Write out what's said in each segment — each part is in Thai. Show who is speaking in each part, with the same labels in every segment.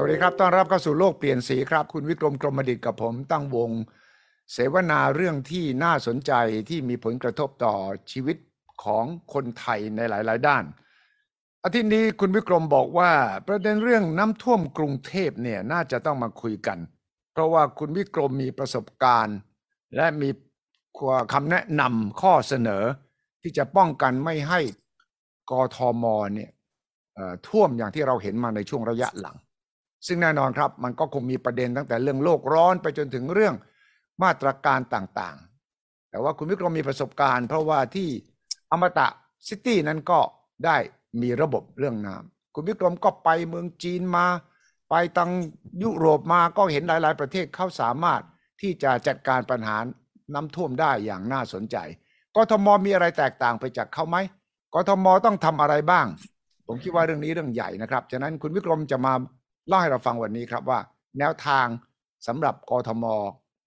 Speaker 1: วัสดีครับต้อนรับเข้าสู่โลกเปลี่ยนสีครับ คุณวิกรมกรมดิตกับผมตั้งวง เสวนาเรื่องที่น่าสนใจที่มีผลกระทบต่อชีวิตของคนไทยในหลาย ๆ ด้าน อาทิตย์นี้คุณวิกรมบอกว่าประเด็นเรื่องน้ำท่วมกรุงเทพเนี่ยน่าจะต้องมาคุยกัน เพราะว่าคุณวิกรมมีประสบการณ์ และมีคำแนะนำข้อเสนอ ที่จะป้องกันไม่ให้กทมเนี่ยเอ่อท่วมอย่างที่เราเห็นมาในช่วงระยะหลัง ซึ่งแน่นอนครับ มันก็คงมีประเด็นตั้งแต่เรื่องโลกร้อนไปจนถึงเรื่องมาตรการต่างๆ แต่ว่าคุณวิกรมมีประสบการณ์ เพราะว่าที่อมตะซิตี้นั้นก็ได้มีระบบเรื่องน้ำคุณวิกรมก็ไปเมืองจีนมา ไปตังยุโรปมาก็เห็นหลายๆ ประเทศเขาสามารถที่จะจัดการปัญหาน้ำท่วมได้อย่างน่าสนใจกทมมีอะไรแตกต่างไปจากเขาไหมกทมต้องทำอะไรบ้าง ผมคิดว่าเรื่องนี้เรื่องใหญ่นะครับฉะนั้นคุณวิกรมจะมาเล่าให้เราฟังวันนี้ครับว่า แนวทางสำหรับกทม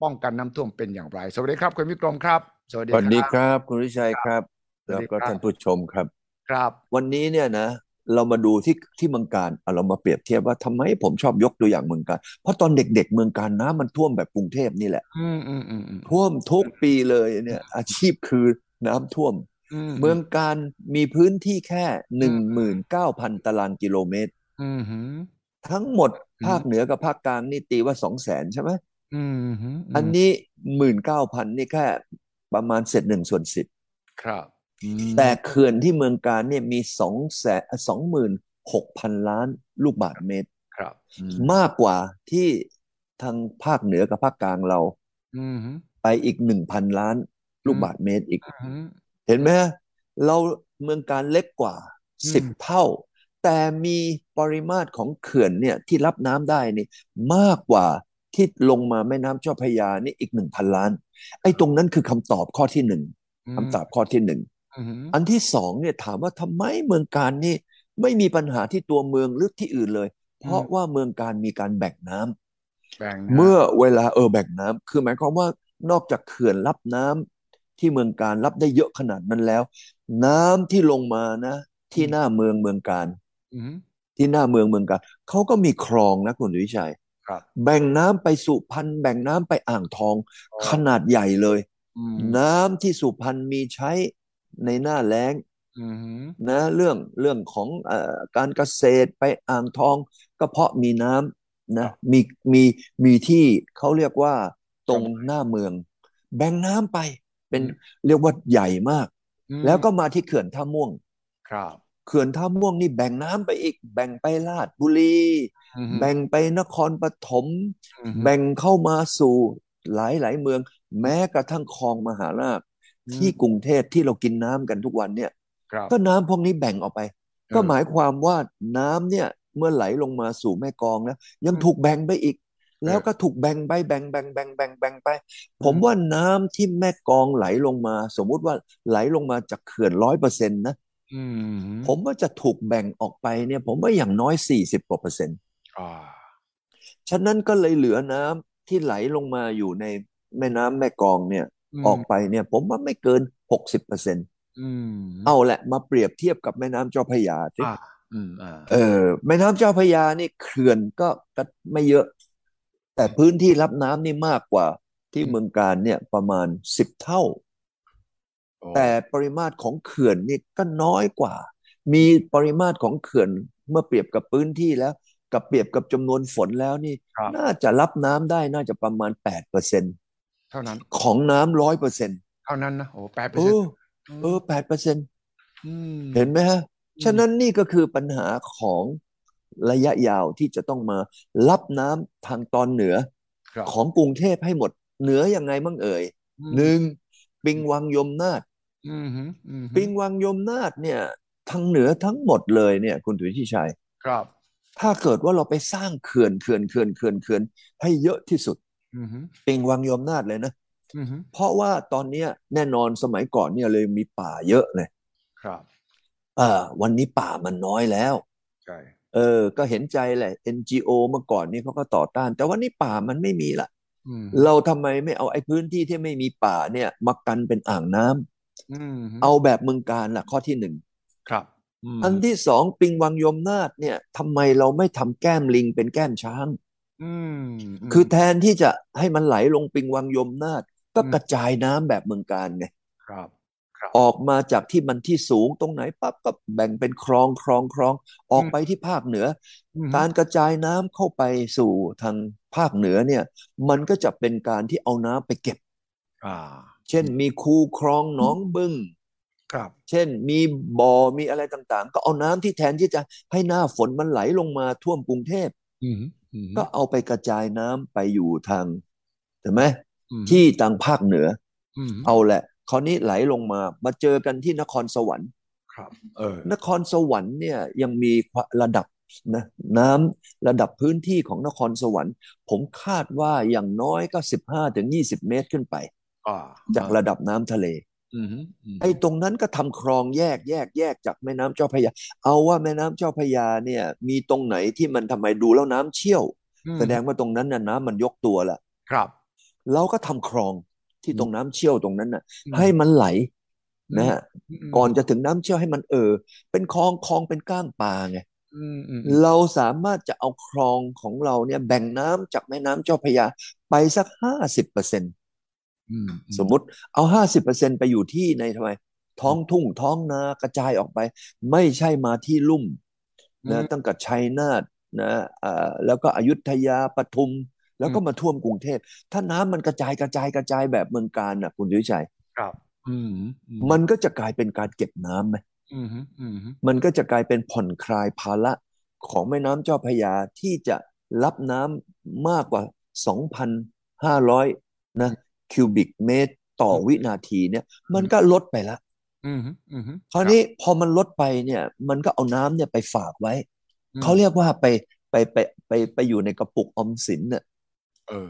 Speaker 1: ป้องกันน้ำท่วมเป็นอย่างไร สวัสดีครับคุณวิกรมครับ สวัส
Speaker 2: ส
Speaker 1: ดี
Speaker 2: วัสดี
Speaker 1: ค
Speaker 2: ครับ รับ คุณวิชัยครับ
Speaker 1: สวั
Speaker 2: แล้
Speaker 1: ส
Speaker 2: ว
Speaker 1: ดี
Speaker 2: ก็
Speaker 1: ครับ
Speaker 2: ท่านผู้ชมครับ
Speaker 1: ครับ
Speaker 2: วันนี้เนี่ยนะ เรามาดูที่ที่เมืองการเอาเรามาเปรียบเทียบว่าทำไมผมชอบยกตัวอย่างเมืองการ เพราะตอนเด็ก ๆ เมืองการน้ำมันท่วมแบบกรุงเทพนี่แหละ
Speaker 1: อืมอืมอืมอืม
Speaker 2: ท่วมทุกปีเลยเนี่ย อาชีพคือน้ำท่วม
Speaker 1: อืม
Speaker 2: เมืองการมีพื้นที่แค่หนึ่งหมื่นเก้าพันตารางกิโลเมตร
Speaker 1: อืมหืม
Speaker 2: ทั้งหมด
Speaker 1: อืม
Speaker 2: ภาคเหนือกับภาคกลางนี่ตีว่าสองแสนใช่ไหม
Speaker 1: อืมหืม
Speaker 2: อันนี้หมื่นเก้าพันนี่แค่ประมาณเศษหนึ่งส่วนสิบ
Speaker 1: ครับอืม
Speaker 2: แต่เขื่อนที่เมืองการเนี่ยมีสองแสนสองหมื่นหกพันล้านลูกบาศก์เมตร
Speaker 1: ครับอืม
Speaker 2: มากกว่าที่ทางภาคเหนือกับภาคกลางเรา
Speaker 1: อืมหืม
Speaker 2: ไปอีกหนึ่งพันล้านลูกบาศก์เมตรอีก
Speaker 1: อืม
Speaker 2: เห็นไหมฮะเราเมืองการเล็กกว่า
Speaker 1: อืม
Speaker 2: สิบเท่า แต่มีปริมาตรของเขื่อนเนี่ยที่รับน้ำได้นี่มากกว่าที่ลงมาแม่น้ำเจ้าพระยานี่อีกหนึ่งพันล้าน ไอ้ตรงนั้นคือคำตอบข้อที่หนึ่งคำตอบข้อที่หนึ่ง
Speaker 1: อืมหืม
Speaker 2: อันที่สองเนี่ยถามว่าทำไมเมืองการนี่ไม่มีปัญหาที่ตัวเมืองหรือที่อื่นเลย เพราะว่าเมืองการมีการแบ่งน้ำ
Speaker 1: แบ่งนะ
Speaker 2: เมื่อเวลาเออแบ่งน้ำคือหมายความว่านอกจากเขื่อนรับน้ำที่เมืองการรับได้เยอะขนาดนั้นแล้ว น้ำที่ลงมานะ ที่หน้าเมืองเมืองการ
Speaker 1: อืม
Speaker 2: ที่หน้าเมืองเมืองการเขาก็มีคลองนะคุณวิชัย
Speaker 1: ครับ
Speaker 2: แบ่งน้ำไปสุพรรณแบ่งน้ำไปอ่างทอง ขนาดใหญ่เลย
Speaker 1: อืม
Speaker 2: น้ำที่สุพรรณมีใช้ในหน้าแล้ง
Speaker 1: อืมหืม
Speaker 2: นะเรื่องเรื่องของเอ่อการเกษตรไปอ่างทองก็เพราะมีน้ำนะมีมีมีที่เขาเรียกว่าตรงหน้าเมือง แบ่งน้ำไปเป็นเรียกว่าใหญ่มาก
Speaker 1: อืม
Speaker 2: แล้วก็มาที่เขื่อนท่าม่วง
Speaker 1: ครับ
Speaker 2: เขื่อนท่าม่วงนี่แบ่งน้ำไปอีก แบ่งไปลาดบุรี
Speaker 1: อืมหืม
Speaker 2: แบ่งไปนครปฐม
Speaker 1: อืมหืม
Speaker 2: แบ่งเข้ามาสู่หลายหลายๆเมือง แม้กระทั่งคลองมหาราช
Speaker 1: อืม
Speaker 2: ที่กรุงเทพที่เรากินน้ำกันทุกวันเนี่ย
Speaker 1: ครับ
Speaker 2: ก็น้ำพวกนี้แบ่งออกไป
Speaker 1: ออ
Speaker 2: ก็หมายความว่าน้ำเนี่ยเมื่อไหลลงมาสู่แม่กลองนะยัง
Speaker 1: อืม
Speaker 2: ถูกแบ่งไปอีก แล้วก็ถูกแบ่งไปแบ่งแบ่งแบ่งแบ่งแบ่งไป ผมว่าน้ำที่แม่กลองไหลลงมา สมมุติว่าไหลลงมาจากเขื่อนร้อยเปอร์เซ็นต์นะ
Speaker 1: ืมหืม
Speaker 2: ผมว่าจะถูกแบ่งออกไปเนี่ยผมว่าอย่างน้อยสี่สิบกว่าเปอร์เซ็นต์
Speaker 1: อ่า
Speaker 2: ฉะนั้นก็เลยเหลือน้ำที่ไหลลงมาอยู่ในแม่น้ำแม่กลองเนี่ยออกไปเนี่ยผมว่าไม่เกินหกสิบเปอร์เซ็นต์
Speaker 1: อืม
Speaker 2: เอาแหละมาเปรียบเทียบกับแม่น้ำเจ้าพระยาสิ
Speaker 1: อ่าอืมอ่า
Speaker 2: เออแม่น้ำเจ้าพระยานี่เขื่อนก็ก็ไม่เยอะ แต่พื้นที่รับน้ำนี่มากกว่าที่เมืองการเนี่ยประมาณสิบเท่า แต่ปริมาตรของเขื่อนนี่ก็น้อยกว่า มีปริมาตรของเขื่อนเมื่อเปรียบกับพื้นที่แล้ว กับเปรียบกับจำนวนฝนแล้วนี่
Speaker 1: ครับ
Speaker 2: น่าจะรับน้ำได้น่าจะประมาณแปดเปอร์เซ็นต์
Speaker 1: เท่านั้น
Speaker 2: ของน้ำร้อยเปอร์เซ็นต์
Speaker 1: เท่านั้นนะโอ้แปดเปอ
Speaker 2: เอ
Speaker 1: ร์เซ็น
Speaker 2: อ
Speaker 1: ต์
Speaker 2: เออแปดเปอร์เซ็นต์
Speaker 1: ม
Speaker 2: เห็นไหมฮะ
Speaker 1: อืม
Speaker 2: ฉะนั้นนี่ก็คือปัญหาของระยะยาวที่จะต้องมารับน้ำทางตอนเหนือ
Speaker 1: ครับ
Speaker 2: ของกรุงเทพให้หมด เหนือยังไงมั่งเอ่ยหนึ่งปิงวังยมนาถ
Speaker 1: อืมหืมอืมหืม
Speaker 2: ปิงวังยมนาถเนี่ยทางเหนือทั้งหมดเลยเนี่ยคุณถุยที่ชัย
Speaker 1: ครับ
Speaker 2: ถ้าเกิดว่าเราไปสร้างเขื่อนเขื่อนเขื่อนเขื่อนเขื่อนให้เยอะที่สุด
Speaker 1: อืมหืม
Speaker 2: ปิงวังยมนาถเลยนะ
Speaker 1: อืมหืม
Speaker 2: เพราะว่าตอนเนี้ยแน่นอนสมัยก่อนเนี่ยเลยมีป่าเยอะเลย
Speaker 1: ครับ
Speaker 2: อ่าวันนี้ป่ามันน้อยแล้ว
Speaker 1: ใช่
Speaker 2: เออ ก็เห็นใจแหละ NGO เมื่อก่อนนี่เขาก็ต่อต้าน แต่ว่านี่ป่ามันไม่มีละ
Speaker 1: อืม
Speaker 2: เราทำไมไม่เอาไอ้พื้นที่ที่ไม่มีป่าเนี่ยมากันเป็นอ่างน้ำ
Speaker 1: อืมหืม
Speaker 2: เอาแบบเมืองการล่ะข้อที่หนึ่ง
Speaker 1: ครับ ม
Speaker 2: อันที่สองปิงวังยมนาถเนี่ยทำไมเราไม่ทำแก้มลิงเป็นแก้มช้าง
Speaker 1: อืมม
Speaker 2: คือแทนที่จะให้มันไหลลงปิงวังยมนาถก็
Speaker 1: อืม
Speaker 2: กระจายน้ำแบบเมืองการไง
Speaker 1: ครับ
Speaker 2: ออกมาจากที่มันที่สูงตรงไหนปั๊บก็แบ่งเป็นคลองคลองคลองออก
Speaker 1: อืม
Speaker 2: ไปที่ภาคเหนือ
Speaker 1: อืม
Speaker 2: การกระจายน้ำเข้าไปสู่ทางภาคเหนือเนี่ย มันก็จะเป็นการที่เอาน้ำไปเก็บ
Speaker 1: อ่า
Speaker 2: เช่น มีคูคลองหนองบึง
Speaker 1: ครับ
Speaker 2: เช่น มีบ่อมีอะไรต่างๆ ก็เอาน้ำที่แทนที่จะให้หน้าฝนมันไหลลงมาท่วมกรุงเทพ
Speaker 1: อืมอืม
Speaker 2: ก็เอาไปกระจายน้ำไปอยู่ทางถูกไหม
Speaker 1: อืม
Speaker 2: ที่ทางภาคเหนือ
Speaker 1: อืม
Speaker 2: เอาแหละคราวนี้ไหลลงมามาเจอกันที่นครสวรรค์
Speaker 1: ครับ เออน
Speaker 2: ครสวรรค์เนี่ยยังมีระดับนะน้ำระดับพื้นที่ของนครสวรรค์ ผมคาดว่าอย่างน้อยก็ 15ถึง20 เมตรขึ้นไป
Speaker 1: อ่า
Speaker 2: จากระดับน้ำทะเล
Speaker 1: อืมอืม
Speaker 2: ไอ้ตรงนั้นก็ทำคลองแยกแยกแยกจากแม่น้ำเจ้าพระยา เอาว่าแม่น้ำเจ้าพระยาเนี่ยมีตรงไหนที่มันทำไมดูแล้วน้ำเชี่ยว
Speaker 1: อืม
Speaker 2: แสดงว่าตรงนั้นน่ะน้ำมันยกตัวละ
Speaker 1: ครับ
Speaker 2: เราก็ทำคลองที่ตรงน้ำเชี่ยวตรงนั้นน่ะ
Speaker 1: อืม
Speaker 2: ให้มันไหลนะฮะ
Speaker 1: ม
Speaker 2: ก่อนจะถึงน้ำเชี่ยวให้มันเออ เป็นคลองคลองเป็นก้างปลาไง
Speaker 1: อืมอืม
Speaker 2: เราสามารถจะเอาคลองของเราเนี่ยแบ่งน้ำจากแม่น้ำเจ้าพระยาไปสักห้าสิบเปอร์เซ็นต์
Speaker 1: อืม
Speaker 2: สมมติเอาห้าสิบเปอร์เซ็นต์ไปอยู่ที่ในทำไม ท้องทุ่งท้องนากระจายออกไป ไม่ใช่มาที่ลุ่มนะตั้งแต่ชัยนาทนะอ่าแล้วก็อยุธยาปทุม แล้วก็มาท่วมกรุงเทพ ถ้าน้ำมันกระจายกระจายกระจายแบบเมืองการน่ะคุณดุวิชัย
Speaker 1: ครับ อืมอืม
Speaker 2: มันก็จะกลายเป็นการเก็บน้ำไหม
Speaker 1: อืมอืม
Speaker 2: มันก็จะกลายเป็นผ่อนคลายภาระของแม่น้ำเจ้าพระยาที่จะรับน้ำมากกว่า 2,500 นะคิวบิกเมตรต่อวินาทีเนี่ย มันก็ลดไปละ
Speaker 1: อืมอืม
Speaker 2: คราวนี้พอมันลดไปเนี่ย มันก็เอาน้ำเนี่ยไปฝากไว้
Speaker 1: อืม
Speaker 2: เขาเรียกว่าไปไปไปไปไปอยู่ในกระปุกออมสินเนี่ย
Speaker 1: เออ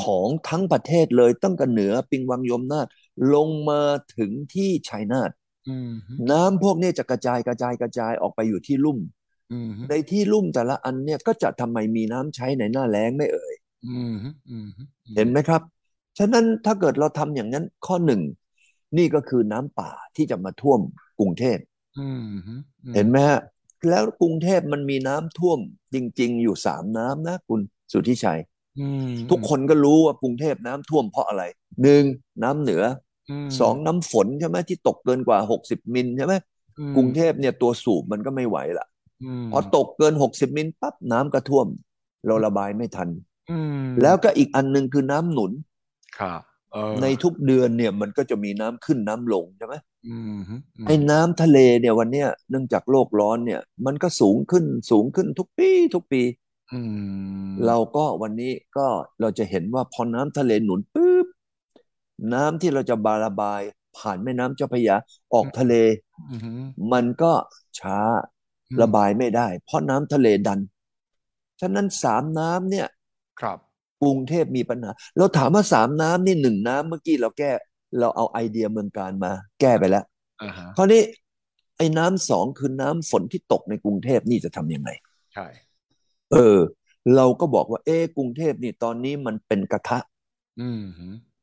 Speaker 2: ของทั้งประเทศเลยตั้งแต่เหนือปิงวังยมนาถลงมาถึงที่ชัยนาท
Speaker 1: อืม
Speaker 2: น้ำพวกเนี้จะกระจายกระจายกระจายออกไปอยู่ที่ลุ่ม
Speaker 1: อืม
Speaker 2: ในที่ลุ่มแต่ละอันเนี่ยก็จะทำไมมีน้ำใช้ในหน้าแล้งไม่เอ่ย
Speaker 1: อืมอืม
Speaker 2: เห็นไหมครับ ฉะนั้นถ้าเกิดเราทำอย่างนั้นข้อหนึ่ง นี่ก็คือน้ำป่าที่จะมาท่วมกรุงเทพ
Speaker 1: อืม
Speaker 2: เห็นไหมฮะแล้วกรุงเทพมันมีน้ำท่วมจริง ๆ อยู่สามน้ำนะคุณสุทธิชัย
Speaker 1: อืม
Speaker 2: ทุกคนก็รู้ว่ากรุงเทพน้ำท่วมเพราะอะไรหนึ่งน้ำเหนือ
Speaker 1: ม
Speaker 2: สองน้ำฝนใช่ไหมที่ตกเกินกว่าหกสิบมิลใช่ไหม
Speaker 1: อืม
Speaker 2: กรุงเทพเนี่ยตัวสูบมันก็ไม่ไหวละ
Speaker 1: อืม
Speaker 2: พอตกเกิน 60 มิลปั๊บน้ำก็ท่วม เราระบายไม่ทัน
Speaker 1: อืม
Speaker 2: แล้วก็อีกอันหนึ่งคือน้ำหนุน
Speaker 1: ครับเออ
Speaker 2: ในทุกเดือนเนี่ยมันก็จะมีน้ำขึ้นน้ำลงใช่ไหม
Speaker 1: อืม
Speaker 2: ไอ้น้ำทะเลเนี่ยวันเนี้ยเนื่องจากโลกร้อนเนี่ย มันก็สูงขึ้นสูงขึ้นทุกปีทุกปี
Speaker 1: อืม
Speaker 2: เราก็วันนี้ก็เราจะเห็นว่าพอน้ำทะเลหนุนปุ๊บน้ำที่เราจะบาระบายผ่านแม่น้ำเจ้าพระยาออกทะเล
Speaker 1: อืม
Speaker 2: มันก็ช้า ระบายไม่ได้ เพราะน้ำทะเลดัน ฉะนั้นสามน้ำเนี่ย
Speaker 1: ครับ
Speaker 2: กรุงเทพมีปัญหา เราถามว่าสามน้ำนี่หนึ่งน้ำเมื่อกี้เราแก้ เราเอาไอเดียเมืองการมา แก้ไปแล้ว
Speaker 1: อ่าฮะ
Speaker 2: คราวนี้ไอ้น้ำสองคือน้ำฝนที่ตกในกรุงเทพนี่จะทำยังไง
Speaker 1: ใช่
Speaker 2: เออ เราก็บอกว่าเอ๊ะกรุงเทพนี่ตอนนี้มันเป็นกระทะ
Speaker 1: อืม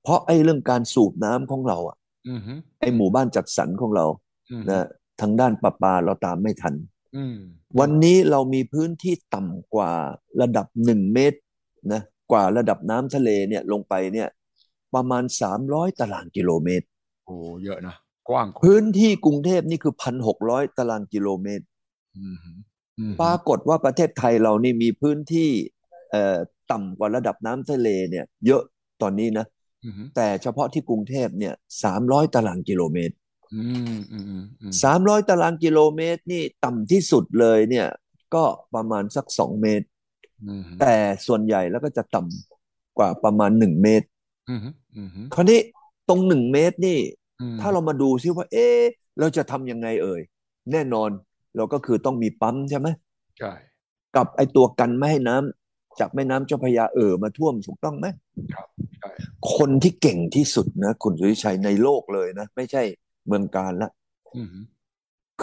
Speaker 2: เพราะไอ้เรื่องการสูบน้ำของเราอะ
Speaker 1: อืม
Speaker 2: ไอ้หมู่บ้านจัดสรรของเรา
Speaker 1: อืม
Speaker 2: นะทางด้านประปาเราตามไม่ทัน
Speaker 1: อืม
Speaker 2: วันนี้เรามีพื้นที่ต่ำกว่าระดับหนึ่งเมตรนะกว่าระดับน้ำทะเลเนี่ยลงไปเนี่ยประมาณ 300 ตารางกิโลเมตร
Speaker 1: โอ้เยอะนะกว้างกว่า
Speaker 2: พื้นที่กรุงเทพนี่คือ 1,600 ตารางกิโลเมตร
Speaker 1: อืมอืม
Speaker 2: ปรากฏว่าประเทศไทยเรานี่มีพื้นที่เอ่อต่ำกว่าระดับน้ำทะเลเนี่ยเยอะตอนนี้นะ
Speaker 1: อืม
Speaker 2: แต่เฉพาะที่กรุงเทพเนี่ย300 ตารางกิโลเมตร
Speaker 1: อืมอืมอืม
Speaker 2: 300 ตารางกิโลเมตรนี่ต่ำที่สุดเลยเนี่ยก็ประมาณสัก 2 เมตร
Speaker 1: อืม
Speaker 2: แต่ส่วนใหญ่แล้วก็จะต่ำกว่าประมาณหนึ่งเมตร
Speaker 1: อืมอืม
Speaker 2: คราวนี้ตรงหนึ่งเมตรนี่ ถ้าเรามาดูซิว่า เอ๊ะเราจะทำยังไงเอ่ย แน่นอนเราก็คือต้องมีปั๊มใช่ไหม
Speaker 1: ใช่
Speaker 2: กับไอตัวกันไม่ให้น้ำจากแม่น้ำเจ้าพระยาเอ่อมาท่วมถูกต้องไหม
Speaker 1: ใช่
Speaker 2: คนที่เก่งที่สุดนะ คุณสุริชัยในโลกเลยนะ ไม่ใช่เมืองการละ
Speaker 1: อืม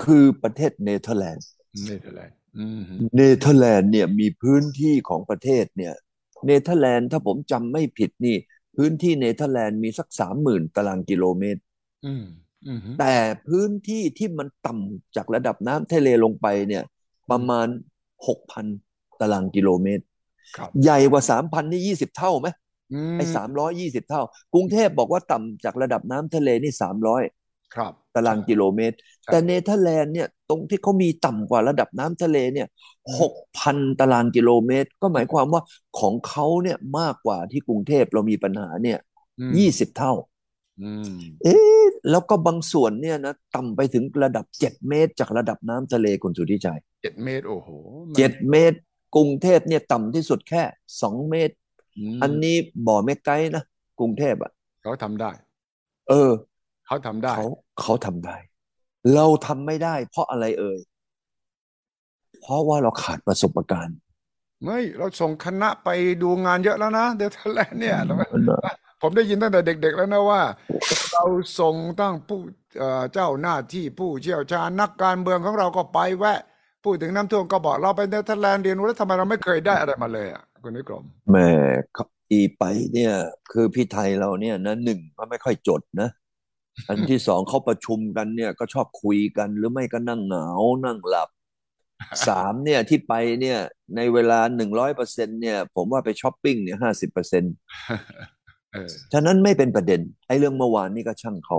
Speaker 2: คือประเทศเนเธอร์แลนด์
Speaker 1: ไม่เป็นไรอืม
Speaker 2: เนเธอร์แลนด์เนี่ยมีพื้นที่ของประเทศเนี่ยเนเธอร์แลนด์ถ้าผมจำไม่ผิดนี่ พื้นที่เนเธอร์แลนด์มีสักสามหมื่นตารางกิโลเมตร
Speaker 1: อืม อือฮึ
Speaker 2: แต่พื้นที่ที่มันต่ำจากระดับน้ำทะเลลงไปเนี่ยประมาณ 6,000 ตารางกิโลเมตร
Speaker 1: ครับ
Speaker 2: ใหญ่กว่า 3,000 นี่ 20 เท่าไหมไอ้
Speaker 1: ม
Speaker 2: สามร้อยยี่สิบเท่า กรุงเทพบอกว่าต่ำจากระดับน้ำทะเลนี่ 300
Speaker 1: ครับ
Speaker 2: ตารางกิโลเมตร
Speaker 1: ครับ
Speaker 2: แต่เนเธอร์แลนด์เนี่ยตรงที่เขามีต่ำกว่าระดับน้ำทะเลเนี่ย 6,000 ตารางกิโลเมตร ก็หมายความว่าของเขาเนี่ยมากกว่าที่กรุงเทพเรามีปัญหาเนี่ย
Speaker 1: อืม
Speaker 2: 20 เท่า
Speaker 1: อืม
Speaker 2: เอ๊ะแล้วก็บางส่วนเนี่ยนะต่ำไปถึงระดับ 7 เมตร จากระดับน้ำทะเลคุณสุทธิชัย
Speaker 1: เจ็ดเมตรโอ้โหมัน
Speaker 2: 7 เมตร กรุงเทพเนี่ยต่ำที่สุดแค่ 2 เมตร
Speaker 1: ม
Speaker 2: อันนี้บ่อแม่ไกลนะกรุงเทพอ่ะ
Speaker 1: เขาทำได้
Speaker 2: เออ
Speaker 1: เขาทำได้
Speaker 2: เขาเขาทำได้ เราทำไม่ได้เพราะอะไรเอ่ย เพราะว่าเราขาดประสบการณ์
Speaker 1: ไม่เราส่งคณะไปดูงานเยอะแล้วนะเดลทแลนด์เนี่ยแล้วผมได้ยินตั้งแต่เด็ก ๆ แล้วนะว่า เราส่งตั้งผู้เอ่อเจ้าหน้าที่ผู้เชี่ยวชาญนักการเมืองของเราก็ไปแวะ พูดถึงน้ำท่วมก็บอกเราไปเนเธอร์แลนด์เรียนรู้แล้วทำไมเราไม่เคยได้อะไรมาเลยอ่ะคุณนิกรม
Speaker 2: แหม่อีไปเนี่ย คือพี่ไทยเราเนี่ยนะหนึ่งก็ไม่ค่อยจดนะ อันที่สองเขาประชุมกันเนี่ยก็ชอบคุยกันหรือไม่ก็นั่งเหงานั่งหลับสามเนี่ยที่ไปเนี่ย ในเวลาหนึ่งร้อยเปอร์เซ็นเนี่ย ผมว่าไปช้อปปิ้งเนี่ยห้าสิบเปอร์เซ็น
Speaker 1: เออ
Speaker 2: ฉะนั้นไม่เป็นประเด็นไอ้เรื่องเมื่อวานนี่ก็ช่างเขา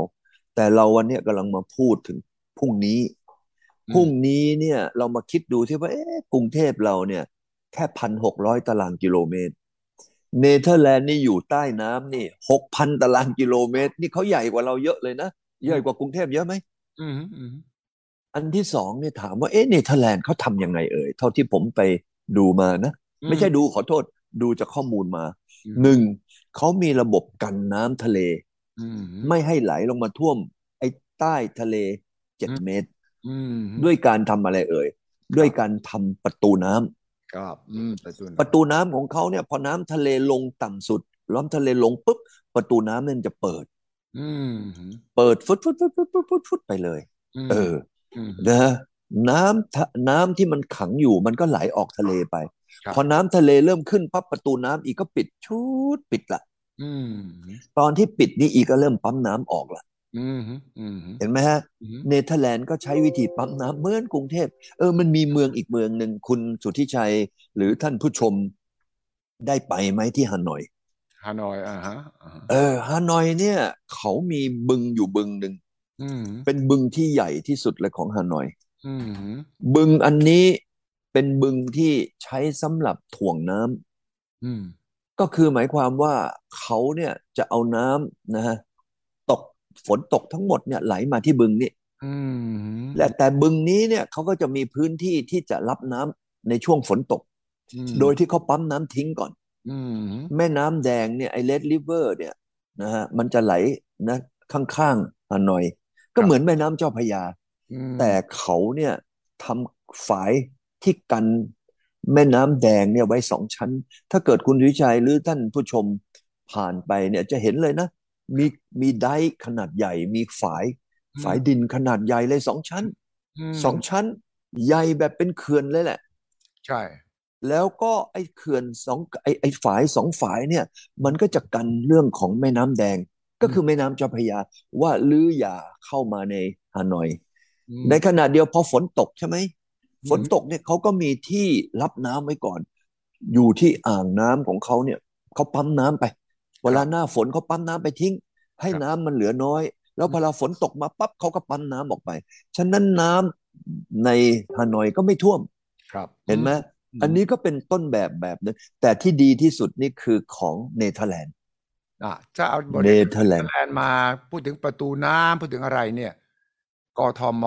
Speaker 2: แต่เราวันเนี้ยกำลังมาพูดถึงพรุ่งนี้พรุ่งนี้เนี่ยเรามาคิดดูที่ว่าเอ๊ะกรุงเทพเราเนี่ย แค่พันหกร้อยตารางกิโลเมตร เนเธอร์แลนด์นี่อยู่ใต้น้ำนี่หกพันตารางกิโลเมตร นี่เขาใหญ่กว่าเราเยอะเลยนะ ใหญ่กว่ากรุงเทพเยอะไหม
Speaker 1: อืมอืม
Speaker 2: อันที่สองเนี่ยถามว่าเอ๊ะเนเธอร์แลนด์เขาทำยังไงเอ่ย เท่าที่ผมไปดูมานะ ไม่ใช่ดูขอโทษดูจากข้อมูลมาหนึ่งเขามีระบบกันน้ำทะเล
Speaker 1: อืม
Speaker 2: ไม่ให้ไหลลงมาท่วม ไอ้ใต้ทะเลเจ็ดเมตร
Speaker 1: อืม
Speaker 2: ด้วยการทำอะไรเอ่ย ด้วยการทำประตูน้
Speaker 1: ครับอืมแต่ส่วน
Speaker 2: ำประตูน้ำของเขาเนี่ยพอน้ำทะเลลงต่ำสุด ล้อมทะเลลงปุ๊บ ประตูน้ำนั่นจะเปิด
Speaker 1: อืม
Speaker 2: เปิดฟุดฟุดฟุดฟุดฟุดฟุดฟุดไปเลย
Speaker 1: ม
Speaker 2: เออ
Speaker 1: ม
Speaker 2: นะน้ำทะน้ำที่มันขังอยู่มันก็ไหลออกทะเลไป
Speaker 1: ครับ
Speaker 2: พอน้ำทะเลเริ่มขึ้นปั๊บประตูน้ำอีกก็ปิดชุดปิดละ
Speaker 1: อืม
Speaker 2: ตอนที่ปิดนี่อีกก็เริ่มปั๊มน้ำออกละ
Speaker 1: อืมอืม
Speaker 2: เห็นไหมฮะ
Speaker 1: อืม
Speaker 2: เนเธอร์แลนด์ก็ใช้วิธีปั๊มน้ำเหมือนกรุงเทพเออมันมีเมืองอีกเมืองหนึ่งคุณสุทธิชัย หรือท่านผู้ชมได้ไปไหมที่ฮานอย
Speaker 1: ฮานอยอ่าฮะอ่าฮะ
Speaker 2: เออฮานอยเนี่ย เขามีบึงอยู่บึงหนึ่ง
Speaker 1: อืม
Speaker 2: เป็นบึงที่ใหญ่ที่สุดเลยของฮานอย
Speaker 1: อืม
Speaker 2: บึงอันนี้เป็นบึงที่ใช้สำหรับถ่วงน้
Speaker 1: อืม
Speaker 2: ำก็คือหมายความว่าเขาเนี่ยจะเอาน้ำนะฮะตกฝนตกทั้งหมดเนี่ยไหลมาที่บึงนี่
Speaker 1: อืม
Speaker 2: และแต่บึงนี้เนี่ยเขาก็จะมีพื้นที่ที่จะรับน้ำในช่วงฝนตก
Speaker 1: อืม
Speaker 2: โดยที่เขาปั๊มน้ำทิ้งก่อน
Speaker 1: อืม
Speaker 2: แม่น้ำแดงเนี่ยไอเลดริเวอร์เนี่ยนะฮะมันจะไหลนะข้างๆฮานอย ก็เหมือนแม่น้ำเจ้าพระยา
Speaker 1: อืม
Speaker 2: แต่เขาเนี่ยทำฝายที่กันแม่น้ำแดงเนี่ยไว้สองชั้น ถ้าเกิดคุณวิชัยหรือท่านผู้ชมผ่านไปเนี่ยจะเห็นเลยนะ มีมีไดค์ขนาดใหญ่ มีฝายฝายดินขนาดใหญ่เลยสองชั้น
Speaker 1: ม
Speaker 2: สองชั้นใหญ่แบบเป็นเขื่อนเลยแหละ
Speaker 1: ใช่
Speaker 2: แล้วก็ไอ้เขื่อนสองไอ้ไอ้ฝายสองฝายเนี่ย มันก็จะกันเรื่องของแม่น้ำแดง ก็คือแม่น้ำเจ้าพระยาว่าลืออย่าเข้ามาในฮานอย
Speaker 1: อืม
Speaker 2: ในขณะเดียวพอฝนตกใช่ไหม
Speaker 1: ม
Speaker 2: ฝนตกเนี่ยเขาก็มีที่รับน้ำไว้ก่อน อยู่ที่อ่างน้ำของเขาเนี่ยเขาปั๊มน้ำไป เวลาหน้าฝนเขาปั๊มน้ำไปทิ้ง ให้น้ำมันเหลือน้อย แล้วพอเราฝนตกมาปั๊บเขาก็ปั๊มน้ำออกไป ฉะนั้นน้ำในฮานอยก็ไม่ท่วม
Speaker 1: ครับ
Speaker 2: เห็นไหมอันนี้ก็เป็นต้นแบบแบบหนึงแต่ที่ดีที่สุดนี่คือของเนเธอร์แลนด์
Speaker 1: อ่ะถ้าเอาบ
Speaker 2: เน
Speaker 1: ริ
Speaker 2: เธอร์แลนด์
Speaker 1: แลนด์มาพูดถึงประตูน้ำพูดถึงอะไรเนี่ยกทม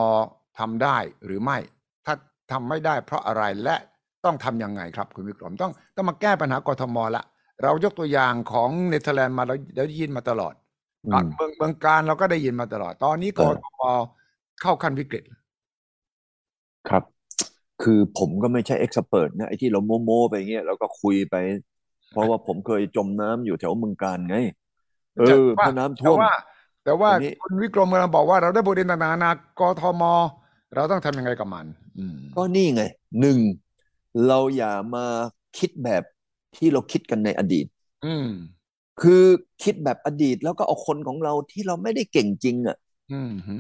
Speaker 1: ทำได้หรือไม่ ถ้าทำไม่ได้เพราะอะไรและต้องทำยังไงครับ คุณวิกรมต้องต้องมาแก้ปัญหากทมละ เรายกตัวอย่างของเนเธอร์แลนด์มาแล้วเดี๋ยวได้ยินมาตลอด
Speaker 2: อื
Speaker 1: ก่อน
Speaker 2: ม
Speaker 1: เมืองเมืองการเราก็ได้ยินมาตลอด ตอนนี้ก
Speaker 2: เออ
Speaker 1: ทมเข้าขั้นวิกฤต
Speaker 2: ครับ คือผมก็ไม่ใช่เอ็กซ์เพรสนะไอ้ที่เราโม้ๆไปเงี้ยเราก็คุยไป เพราะว่าผมเคยจมน้ำอยู่แถวเมืองการไง เอ
Speaker 1: แต่
Speaker 2: อ
Speaker 1: ว่า
Speaker 2: พอน้ำ
Speaker 1: แต่
Speaker 2: ท่วม
Speaker 1: ว่า แต่ว่า
Speaker 2: อันนี้
Speaker 1: คุณวิกรมกำลังบอกว่าเราได้บทเรียนต่างๆนานากทม เราต้องทำยังไงกับมัน อืม
Speaker 2: ก็นี่ไงหนึ่งเราอย่ามาคิดแบบที่เราคิดกันในอดีต
Speaker 1: อืม
Speaker 2: คือคิดแบบอดีตแล้วก็เอาคนของเราที่เราไม่ได้เก่งจริงอ่ะ
Speaker 1: อืมฮึ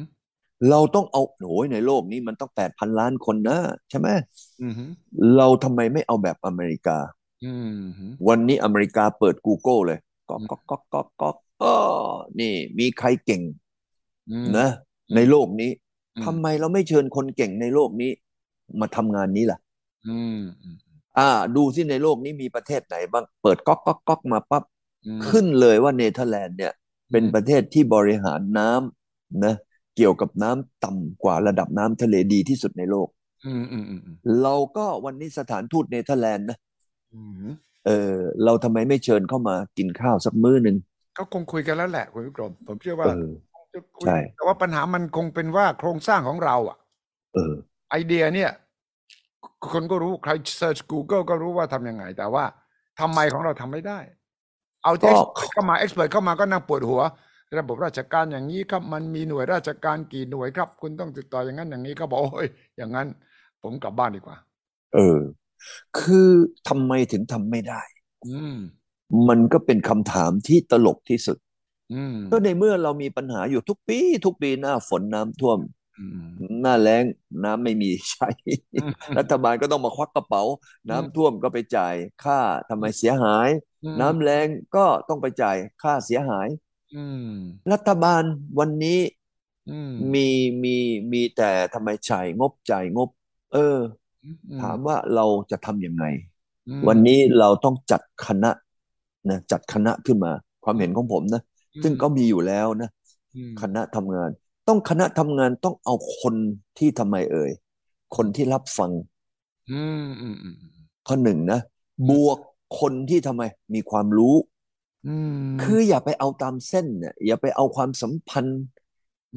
Speaker 2: เราต้องเอาโอ้ยในโลกนี้มันต้องแปดพันล้านคนนะใช่ไหม
Speaker 1: อืมฮึ
Speaker 2: เราทำไมไม่เอาแบบอเมริกา
Speaker 1: อืมฮึ
Speaker 2: วันนี้อเมริกาเปิด Google เลยก๊อกก๊อกก๊อกก๊อกก๊อกอ้อนี่ มีใครเก่ง
Speaker 1: อืม
Speaker 2: นะ ในโลกนี้
Speaker 1: อืม
Speaker 2: ทำไมเราไม่เชิญคนเก่งในโลกนี้ มาทำงานนี้ล่ะ
Speaker 1: อืมอืม
Speaker 2: อ่า ดูสิในโลกนี้มีประเทศไหนบ้างเปิดก๊อกก๊อกก๊อกมาปั๊บ
Speaker 1: อืม
Speaker 2: ขึ้นเลยว่าเนเธอร์แลนด์เนี่ย เป็นประเทศที่บริหารน้ำนะเกี่ยวกับน้ำต่ำกว่าระดับน้ำทะเลดีที่สุดในโลก
Speaker 1: อืมอืมอืมอืม
Speaker 2: เราก็วันนี้สถานทูตเนเธอร์แลนด์นะ
Speaker 1: อืม
Speaker 2: เออเราทำไมไม่เชิญเข้ามากินข้าวสักมื้อหนึ่ง
Speaker 1: ก็คงคุยกันแล้วแหละคุณวิกรม ผมเชื่อว่า
Speaker 2: เออ
Speaker 1: จะคุย
Speaker 2: ใช่
Speaker 1: แต่ว่าปัญหามันคงเป็นว่าโครงสร้างของเราอะ
Speaker 2: เออ
Speaker 1: ไอเดียเนี่ย คนก็รู้ใครเซิร์ช Google ก็รู้ว่าทำยังไง แต่ว่าทำไมของเราทำไม่ได้ เอา
Speaker 2: ก็
Speaker 1: เอ็กซ์เเข้ามาเอ็กซ์เพรสเข้ามาก็นั่งปวดหัว ระบบราชการอย่างนี้ครับ มันมีหน่วยราชการกี่หน่วยครับ คุณต้องติดต่ออย่างนั้นอย่างนี้ก็บอกโอ้ยอย่างนั้น ผมกลับบ้านดีกว่า
Speaker 2: เออ คือทำไมถึงทำไม่ได้
Speaker 1: อืม
Speaker 2: มันก็เป็นคำถามที่ตลกที่สุด
Speaker 1: อืม
Speaker 2: ก็ในเมื่อเรามีปัญหาอยู่ทุกปี ทุกปีหน้าฝนน้ำท่วม
Speaker 1: อืม
Speaker 2: หน้าแล้งน้ำไม่มีใช้
Speaker 1: อืม
Speaker 2: รัฐบาลก็ต้องมาควักกระเป๋า น้ำท่วมก็ไปจ่ายค่าทำไมเสียหาย
Speaker 1: อืม
Speaker 2: น้ำแรงก็ต้องไปจ่ายค่าเสียหาย
Speaker 1: อืม
Speaker 2: รัฐบาลวันนี้
Speaker 1: อืม
Speaker 2: มีมีมีแต่ทำไมจ่ายงบจ่ายงบ เออ
Speaker 1: อื
Speaker 2: ถามว่าเราจะทำยังไง
Speaker 1: อืม
Speaker 2: วันนี้เราต้องจัดคณะนะจัดคณะขึ้นมา ความเห็นของผมนะ ซึ่งก็มีอยู่แล้วนะ
Speaker 1: อืม
Speaker 2: คณะทำงาน ต้องคณะทำงานต้องเอาคนที่ทำไมเอ่ย คนที่รับฟัง
Speaker 1: อืมอืมอืม
Speaker 2: ข้อหนึ่งนะ บวกคนที่ทำไมมีความรู้
Speaker 1: อืม
Speaker 2: คืออย่าไปเอาตามเส้นเนี่ยอย่าไปเอาความสัมพันธ์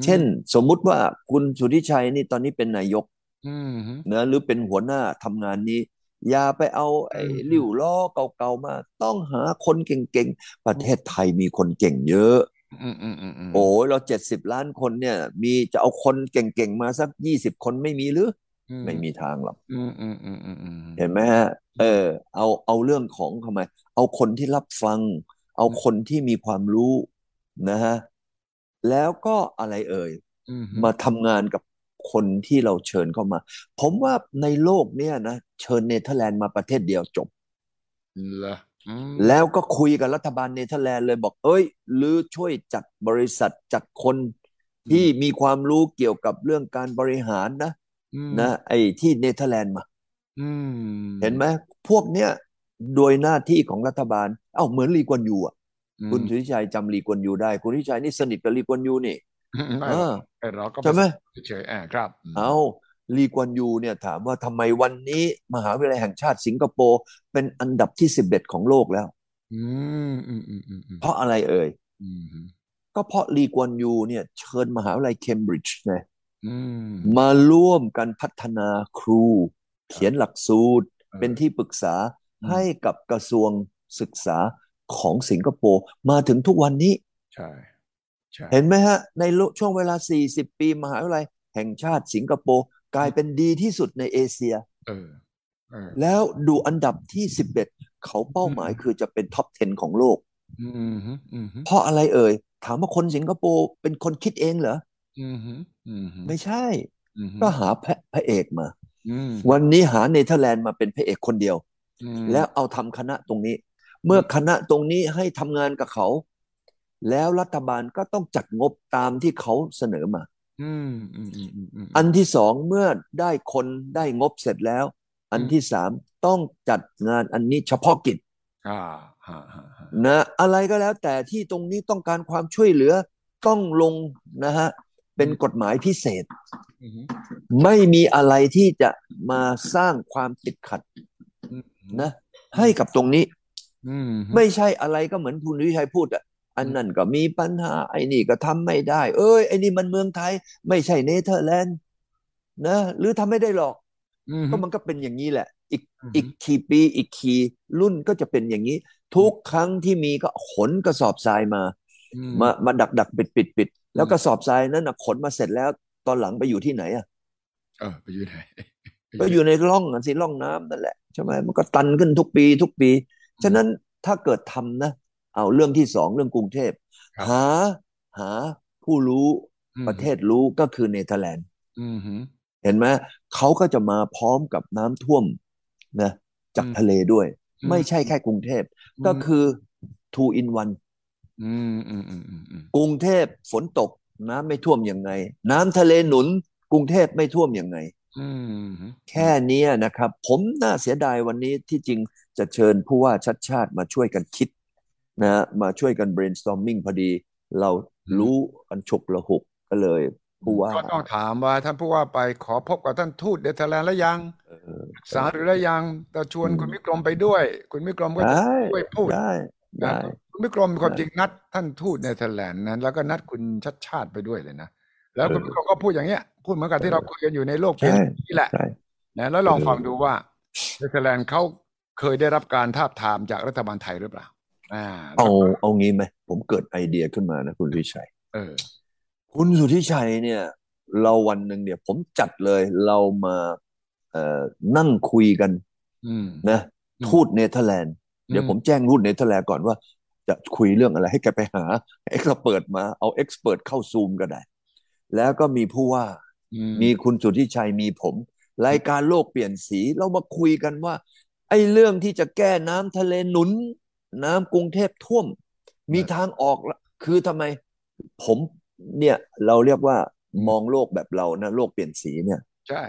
Speaker 2: เช่น สมมุติว่าคุณสุทธิชัยนี่ตอนนี้เป็นนายก
Speaker 1: อืม
Speaker 2: นะหรือเป็นหัวหน้าทำงานนี้ อย่าไปเอาไอ้
Speaker 1: อืม
Speaker 2: ลิ้วล้อเก่าๆมา ต้องหาคนเก่งๆ ประเทศไทยมีคนเก่งเยอะ
Speaker 1: อืมอืมอืมอืม
Speaker 2: โอ้ยเราเจ็ดสิบล้านคนเนี่ย มีจะเอาคนเก่งๆมาสักยี่สิบคนไม่มีหรือ ไม่มีทางหรอก
Speaker 1: อืมอืมอืมอืมอืม
Speaker 2: เห็นไหมฮะเออ เอาเอาเรื่องของทำไม เอาคนที่รับฟัง เอาคนที่มีความรู้นะฮะแล้วก็อะไรเอ่ย
Speaker 1: อืม
Speaker 2: มาทำงานกับคนที่เราเชิญเข้ามา ผมว่าในโลกเนี่ยนะ เชิญเนเธอร์แลนด์มาประเทศเดียวจบ
Speaker 1: เหรออืม
Speaker 2: แล้วก็คุยกับรัฐบาลเนเธอร์แลนด์เลยบอก เอ้ยหรือช่วยจัดบริษัทจัดคนที่มีความรู้เกี่ยวกับเรื่องการบริหารนะ
Speaker 1: อืม
Speaker 2: นะไอ้ที่เนเธอร์แลนด์มา
Speaker 1: อืม
Speaker 2: เห็นไหมพวกเนี้ยโดยหน้าที่ของรัฐบาล เอ้าเหมือนลีกวนยูอ่ะ
Speaker 1: อืม
Speaker 2: คุณสุทธิชัยจำลีกวนยูได้ คุณสุทธิชัยนี่สนิทกับลีกวนยูนี่
Speaker 1: อืมไม่
Speaker 2: อ่า
Speaker 1: ไอ้เราก็
Speaker 2: ใช่ไหม
Speaker 1: เฉยๆอ่าครับ
Speaker 2: เอาลีกวนยูเนี่ยถามว่าทำไมวันนี้มหาวิทยาลัยแห่งชาติสิงคโปร์เป็นอันดับที่ 11 ของโลกแล้ว
Speaker 1: อืมอืมอืมอืมอืม
Speaker 2: เพราะอะไรเอ่ย
Speaker 1: อืม
Speaker 2: ก็เพราะลีกวนยูเนี่ยเชิญมหาวิทยาลัยเคมบริดจ์นะ
Speaker 1: อืม
Speaker 2: มาร่วมกันพัฒนาครู เขียนหลักสูตร เป็นที่ปรึกษาให้กับกระทรวงศึกษาของสิงคโปร์มาถึงทุกวันนี้
Speaker 1: ใช่ใช่
Speaker 2: เห็นไหมฮะ ในโลกช่วงเวลา 40 ปี มหาวิทยาลัยแห่งชาติสิงคโปร์กลายเป็นดีที่สุดในเอเชีย
Speaker 1: เออเออ
Speaker 2: แล้วดูอันดับที่ 11 เขาเป้าหมายคือจะเป็นท็อป 10 ของโลก
Speaker 1: อืมอืมอืม
Speaker 2: เพราะอะไรเอ่ย ถามว่าคนสิงคโปร์เป็นคนคิดเองเหรอ
Speaker 1: อืมอืม
Speaker 2: ไม่ใช่
Speaker 1: อืม
Speaker 2: ก็หาพระพระเอกมา
Speaker 1: อืม
Speaker 2: วันนี้หาเนเธอร์แลนด์มาเป็นพระเอกคนเดียว
Speaker 1: อืม
Speaker 2: แล้วเอาทำคณะตรงนี้ เมื่อคณะตรงนี้ให้ทำงานกับเขา แล้วรัฐบาลก็ต้องจัดงบตามที่เขาเสนอมา
Speaker 1: อืมอืมอืมอืมอืม
Speaker 2: อันที่สองเมื่อได้คนได้งบเสร็จแล้ว อันที่สามต้องจัดงานอันนี้เฉพาะกิจ
Speaker 1: อ่าฮะฮะฮะ
Speaker 2: นะอะไรก็แล้วแต่ที่ตรงนี้ต้องการความช่วยเหลือต้องลงนะฮะเป็นกฎหมายพิเศษ
Speaker 1: อืม
Speaker 2: ไม่มีอะไรที่จะมาสร้างความติดขัดนะให้กับตรงนี้
Speaker 1: อืม
Speaker 2: ไม่ใช่อะไรก็เหมือนคุณวิชัยพูดอ่ะอันนั้นก็มีปัญหาไอ้นี่ก็ทำไม่ได้ เอ้ยไอ้นี่มันเมืองไทย ไม่ใช่เนเธอร์แลนด์นะหรือทำไม่ได้หรอก
Speaker 1: อืม
Speaker 2: ก็มันก็เป็นอย่างนี้แหละ อีก
Speaker 1: ม
Speaker 2: อีกกี่ปีอีกกี่รุ่นก็จะเป็นอย่างนี้ ทุกครั้งที่มีก็ขนกระสอบทรายมา
Speaker 1: อื
Speaker 2: มามาดักดักปิดปิดปิดแล้วกระสอบทรายนั้นนะขนมาเสร็จแล้วตอนหลังไปอยู่ที่ไหนอ่ะ
Speaker 1: เออไปอยืนไหน
Speaker 2: ก็อยู่ในร่องอ่ะสิร่องน้ำนั่นแหละใช่ไหมมันก็ตันขึ้นทุกปีทุกปี ฉะนั้นถ้าเกิดทำนะ เอาเรื่องที่สองเรื่องกรุงเทพหาหาผู้รู้
Speaker 1: อืม
Speaker 2: ประเทศรู้ก็คือเนเธอร์แลนด์
Speaker 1: อืมหืม
Speaker 2: เห็นไหมเขาก็จะมาพร้อมกับน้ำท่วมนะจาก
Speaker 1: อืม
Speaker 2: ทะเลด้วย
Speaker 1: อืม
Speaker 2: ไม่ใช่แค่กรุงเทพก็คือ two in one
Speaker 1: อืมอืมอืมอืมอืม
Speaker 2: กรุงเทพฝนตกน้ำไม่ท่วมยังไง น้ำทะเลหนุน กรุงเทพไม่ท่วมยังไง
Speaker 1: อืมหืม
Speaker 2: แค่เนี้ยนะครับ ผมน่าเสียดายวันนี้ที่จริงจะเชิญผู้ว่าชัดชาติมาช่วยกันคิดนะมาช่วยกัน brainstorming พอดี เรารู้กันฉุกละหุกก็เลยผู้ว่า
Speaker 1: ก็ต้องถามว่าท่านผู้ว่าไปขอพบกับท่านทูตเดนเธอร์แลนด์แล้วยัง
Speaker 2: เออ
Speaker 1: ปรึกษาหรือแล้วยังจะชวน
Speaker 2: อืม
Speaker 1: คุณวิกรมไปด้วย คุณวิกรมก็จะ
Speaker 2: ได้
Speaker 1: ช่วยพูด
Speaker 2: ได้ได้
Speaker 1: คุณวิกรมความจริงนัดท่านทูตเนเธอร์แลนด์นั้นแล้วก็นัดคุณชัดชาติไปด้วยเลยนะ แล้ว
Speaker 2: เออ
Speaker 1: คุณวิกรมก็พูดอย่างเงี้ย พูดเหมือนกับที่เราคุยกันอยู่ในโลกเ
Speaker 2: ใช่
Speaker 1: พียงนี่แหละ
Speaker 2: ใช่
Speaker 1: นะแล้วลอง
Speaker 2: เออ
Speaker 1: ฟังดูว่าเนเธอร์แลนด์เขาเคยได้รับการทาบทามจากรัฐบาลไทยหรือเปล่า อ่าแล้ว
Speaker 2: เอาเอางี้ไหมผมเกิดไอเดียขึ้นมานะคุณสุทธิชัย
Speaker 1: เออ
Speaker 2: คุณสุทธิชัยเนี่ย เราวันหนึ่งเนี่ย ผมจัดเลยเรามาเอ่อนั่งคุยกัน
Speaker 1: อืม
Speaker 2: นะ
Speaker 1: อืม
Speaker 2: ทูตเนเธอร์แลนด์เดี๋ยวผมแจ้งทูตเนเธอร์แลนด์ก่อนว่า จะคุยเรื่องอะไรให้แกไปหา เอ็กซ์เปิดมาเอาเอ็กซ์เปิดเข้าซูมก็ได้ แล้วก็มีผู้ว่า
Speaker 1: อื
Speaker 2: มีคุณสุทธิชัยมีผม รายการโลกเปลี่ยนสีเรามาคุยกันว่า ไอ้เรื่องที่จะแก้น้ำทะเลหนุน น้ำกรุงเทพท่วม มีทางออกละคือทำไม ผมเนี่ยเราเรียกว่ามองโลกแบบเรานะโลกเปลี่ยนสีเนี่ย
Speaker 1: ใช่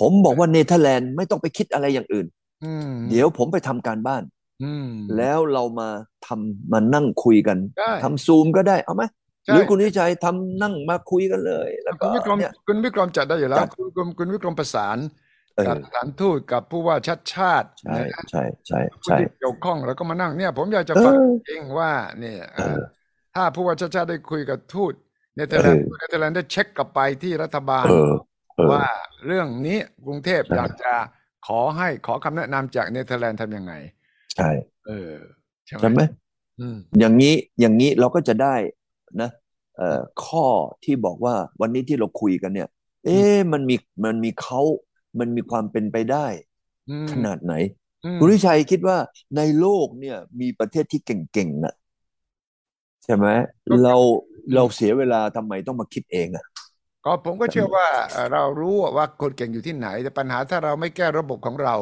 Speaker 2: ผมบอกว่าเนเธอร์แลนด์ไม่ต้องไปคิดอะไรอย่างอื่น
Speaker 1: อืม
Speaker 2: เดี๋ยวผมไปทำการบ้าน
Speaker 1: อืม
Speaker 2: แล้วเรามาทำมานั่งคุยกัน
Speaker 1: ได้
Speaker 2: ทำซูมก็ได้เอาไหมห
Speaker 1: ใช่
Speaker 2: รือคุณวิชัยทำนั่งมาคุยกันเลย แล้ว
Speaker 1: คุณวิกร
Speaker 2: ก็
Speaker 1: ม
Speaker 2: เนี่ย
Speaker 1: คุณวิกรมจัดได้อยู่แล้
Speaker 2: จั
Speaker 1: ว
Speaker 2: ด
Speaker 1: คุณคุณคุณวิกรมประสาน
Speaker 2: เอ
Speaker 1: กับ
Speaker 2: อ
Speaker 1: สถานทูตกับผู้ว่าชัดชาติ
Speaker 2: ใช่
Speaker 1: นะ
Speaker 2: ใช่ใช่
Speaker 1: ผู้
Speaker 2: ใช่
Speaker 1: ที่เกี่ยวข้องแล้วก็มานั่งเนี่ย ผมอยากจะ
Speaker 2: เออ
Speaker 1: ฟังเองว่าเนี่ยเอ่อ
Speaker 2: เออ
Speaker 1: ถ้าผู้ว่าชาติชาติได้คุยกับทูตเนเธอร์แลนด์
Speaker 2: เออ
Speaker 1: เนเธอร์แลนด์ได้เช็คกลับไปที่รัฐบาล
Speaker 2: เออเออ
Speaker 1: ว่าเรื่องนี้กรุงเทพ
Speaker 2: ใช่
Speaker 1: อยากจะขอให้ขอคำแนะนำจากเนเธอร์แลนด์ทำยังไง
Speaker 2: ใช่
Speaker 1: เออ ใช่
Speaker 2: ใช่ไหม
Speaker 1: อืม
Speaker 2: อย่างนี้อย่างนี้เราก็จะได้นะเอ่อข้อที่บอกว่าวันนี้ที่เราคุยกันเนี่ย เอ๊ะมันมีมันมีเขามันมีความเป็นไปได้
Speaker 1: อืม
Speaker 2: ขนาดไหน
Speaker 1: อืม
Speaker 2: คุณวิชัยคิดว่าในโลกเนี่ยมีประเทศที่เก่งๆนะใช่ไหมเราเราเสียเวลาทำไมต้องมาคิดเองอะ
Speaker 1: ก็ผมก็เชื่อว่าเอ่อเรารู้ว่าคนเก่งอยู่ที่ไหน แต่ปัญหาถ้าเราไม่แก้ระบบของเรา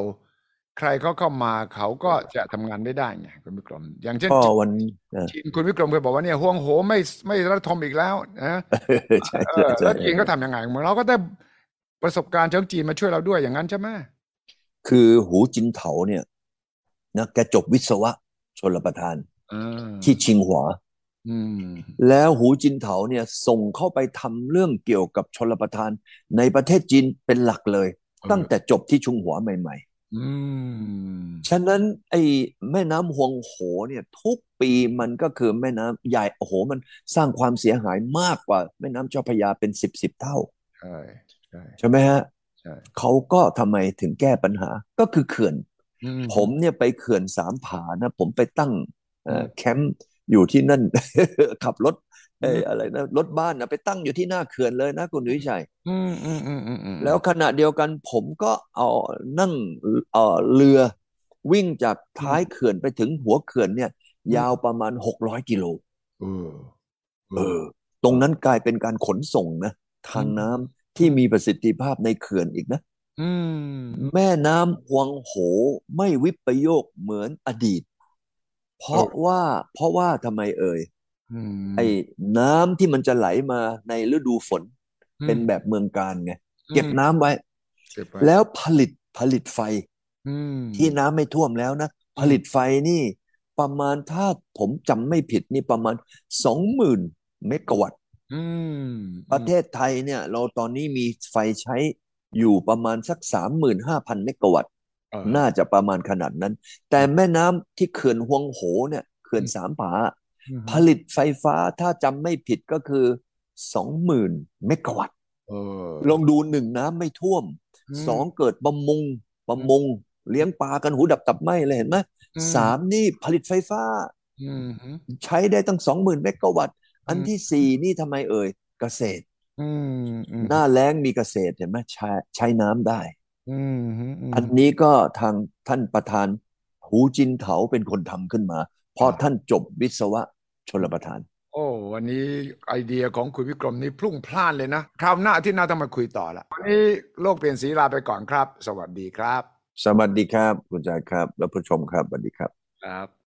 Speaker 1: ใครเขาเข้ามาเขาก็จะทำงานไม่ได้ไงคุณวิกรม อย่างเช่น
Speaker 2: ก็
Speaker 1: จีน
Speaker 2: วันเออ
Speaker 1: จีนคุณวิกรมเคยบอกว่าเนี่ยห่วงโหไม่ไม่รัฐทมอีกแล้วนะ
Speaker 2: ใช่
Speaker 1: เออ
Speaker 2: ใช่ ใช่
Speaker 1: แล้วจีนก็ทำยังไงเหมือนเราก็ได้ประสบการณ์จากจีนมาช่วยเราด้วยอย่างนั้นใช่ไหม
Speaker 2: คือหูจินเถาเนี่ยนะแกจบวิศวะชนประทาน
Speaker 1: อ่า
Speaker 2: ที่ชิงหัว
Speaker 1: อืม
Speaker 2: แล้วหูจินเถาเนี่ยส่งเข้าไปทำเรื่องเกี่ยวกับชนประทาน ในประเทศจีนเป็นหลักเลย ตั้งแต่จบที่ชุงหัวใหม่
Speaker 1: อืม
Speaker 2: ๆ ฉะนั้นไอ้แม่น้ำฮวงโหเนี่ยทุกปีมันก็คือแม่น้ำใหญ่โอ้โห มันสร้างความเสียหายมากกว่า แม่น้ำเจ้าพระยาเป็นสิบสิบเท่า
Speaker 1: ใช่ใช่
Speaker 2: ใช่ไหมฮะ
Speaker 1: ใช่
Speaker 2: เขาก็ทำไมถึงแก้ปัญหาก็คือเขื่อน
Speaker 1: อื
Speaker 2: ผมเนี่ยไปเขื่อนสามผานะ ผมไปตั้งเอ่อแคมป์อยู่ที่นั่น ขับรถเอ้ยอะไรนะรถบ้านนะไปตั้งอยู่ที่หน้าเขื่อนเลยนะคุณวิชัย
Speaker 1: อืมอืมอืมอืมอืม
Speaker 2: แล้วขณะเดียวกันผมก็เอานั่งเอ่อเรือวิ่งจากท้ายเขื่อนไปถึงหัวเขื่อนเนี่ย ยาวประมาณหกร้อยกิโล
Speaker 1: เออ
Speaker 2: เออ ตรงนั้นกลายเป็นการขนส่งนะ ทางน้ำที่มีประสิทธิภาพในเขื่อนอีกนะ
Speaker 1: อืม
Speaker 2: แม่น้ำฮวงโหไม่วิปโยคเหมือนอดีต เพราะว่าเพราะว่าทำไมเอ่ย
Speaker 1: อืม
Speaker 2: ไอ้น้ำที่มันจะไหลมาในฤดูฝน
Speaker 1: อืม
Speaker 2: เป็นแบบเมืองการไง
Speaker 1: อืม
Speaker 2: เก็บน้ำไว้
Speaker 1: เก็บไว้
Speaker 2: แล้วผลิตผลิตไฟ
Speaker 1: อืม
Speaker 2: ที่น้ำไม่ท่วมแล้วนะ ผลิตไฟนี่ ประมาณถ้าผมจำไม่ผิดนี่ประมาณสองหมื่นเมกะวัตต์
Speaker 1: อืม
Speaker 2: ประเทศไทยเนี่ย เราตอนนี้มีไฟใช้อยู่ประมาณสักสามหมื่นห้าพันเมกะวัตต์
Speaker 1: เออ
Speaker 2: น่าจะประมาณขนาดนั้น แต่แม่น้ำที่เขื่อนฮวงโหเนี่ยเขื่อน
Speaker 1: อืม
Speaker 2: สามผา
Speaker 1: อืม
Speaker 2: ผลิตไฟฟ้าถ้าจำไม่ผิดก็คือสองหมื่นเมกะวัตต์
Speaker 1: เออ
Speaker 2: ลองดูหนึ่งน้ำไม่ท่วม
Speaker 1: อืม
Speaker 2: สองเกิดประมงประมง เลี้ยงปลากันหูดับตับไหมเลยเห็นไหม
Speaker 1: อืม
Speaker 2: สามนี่ผลิตไฟฟ้า
Speaker 1: อืมอืม
Speaker 2: ใช้ได้ตั้งสองหมื่นเมกะวัตต์ อัน
Speaker 1: อืม
Speaker 2: ที่สี่นี่ทำไมเอ่ยเกษตร
Speaker 1: อืมอืม
Speaker 2: หน้าแล้งมีเกษตรเห็นไหมใช้ใช้น้ำได้
Speaker 1: อืมอืมอืม
Speaker 2: อันนี้ก็ทางท่านประธาน หูจินเถาเป็นคนทำขึ้นมา เพราะ
Speaker 1: ครับ
Speaker 2: ท่านจบวิศวะชลประทาน
Speaker 1: โอ้วันนี้ไอเดียของคุณวิกรมนี่พลุ่งพล่านเลยนะ คราวหน้าที่หน้าต้องมาคุยต่อละวันนี้โลกเปลี่ยนสีลาไปก่อนครับ สวัสดีครับ
Speaker 2: สวัสดีครับ คุณจายครับ และผู้ชมครับสวัสดีครับ
Speaker 1: ครับ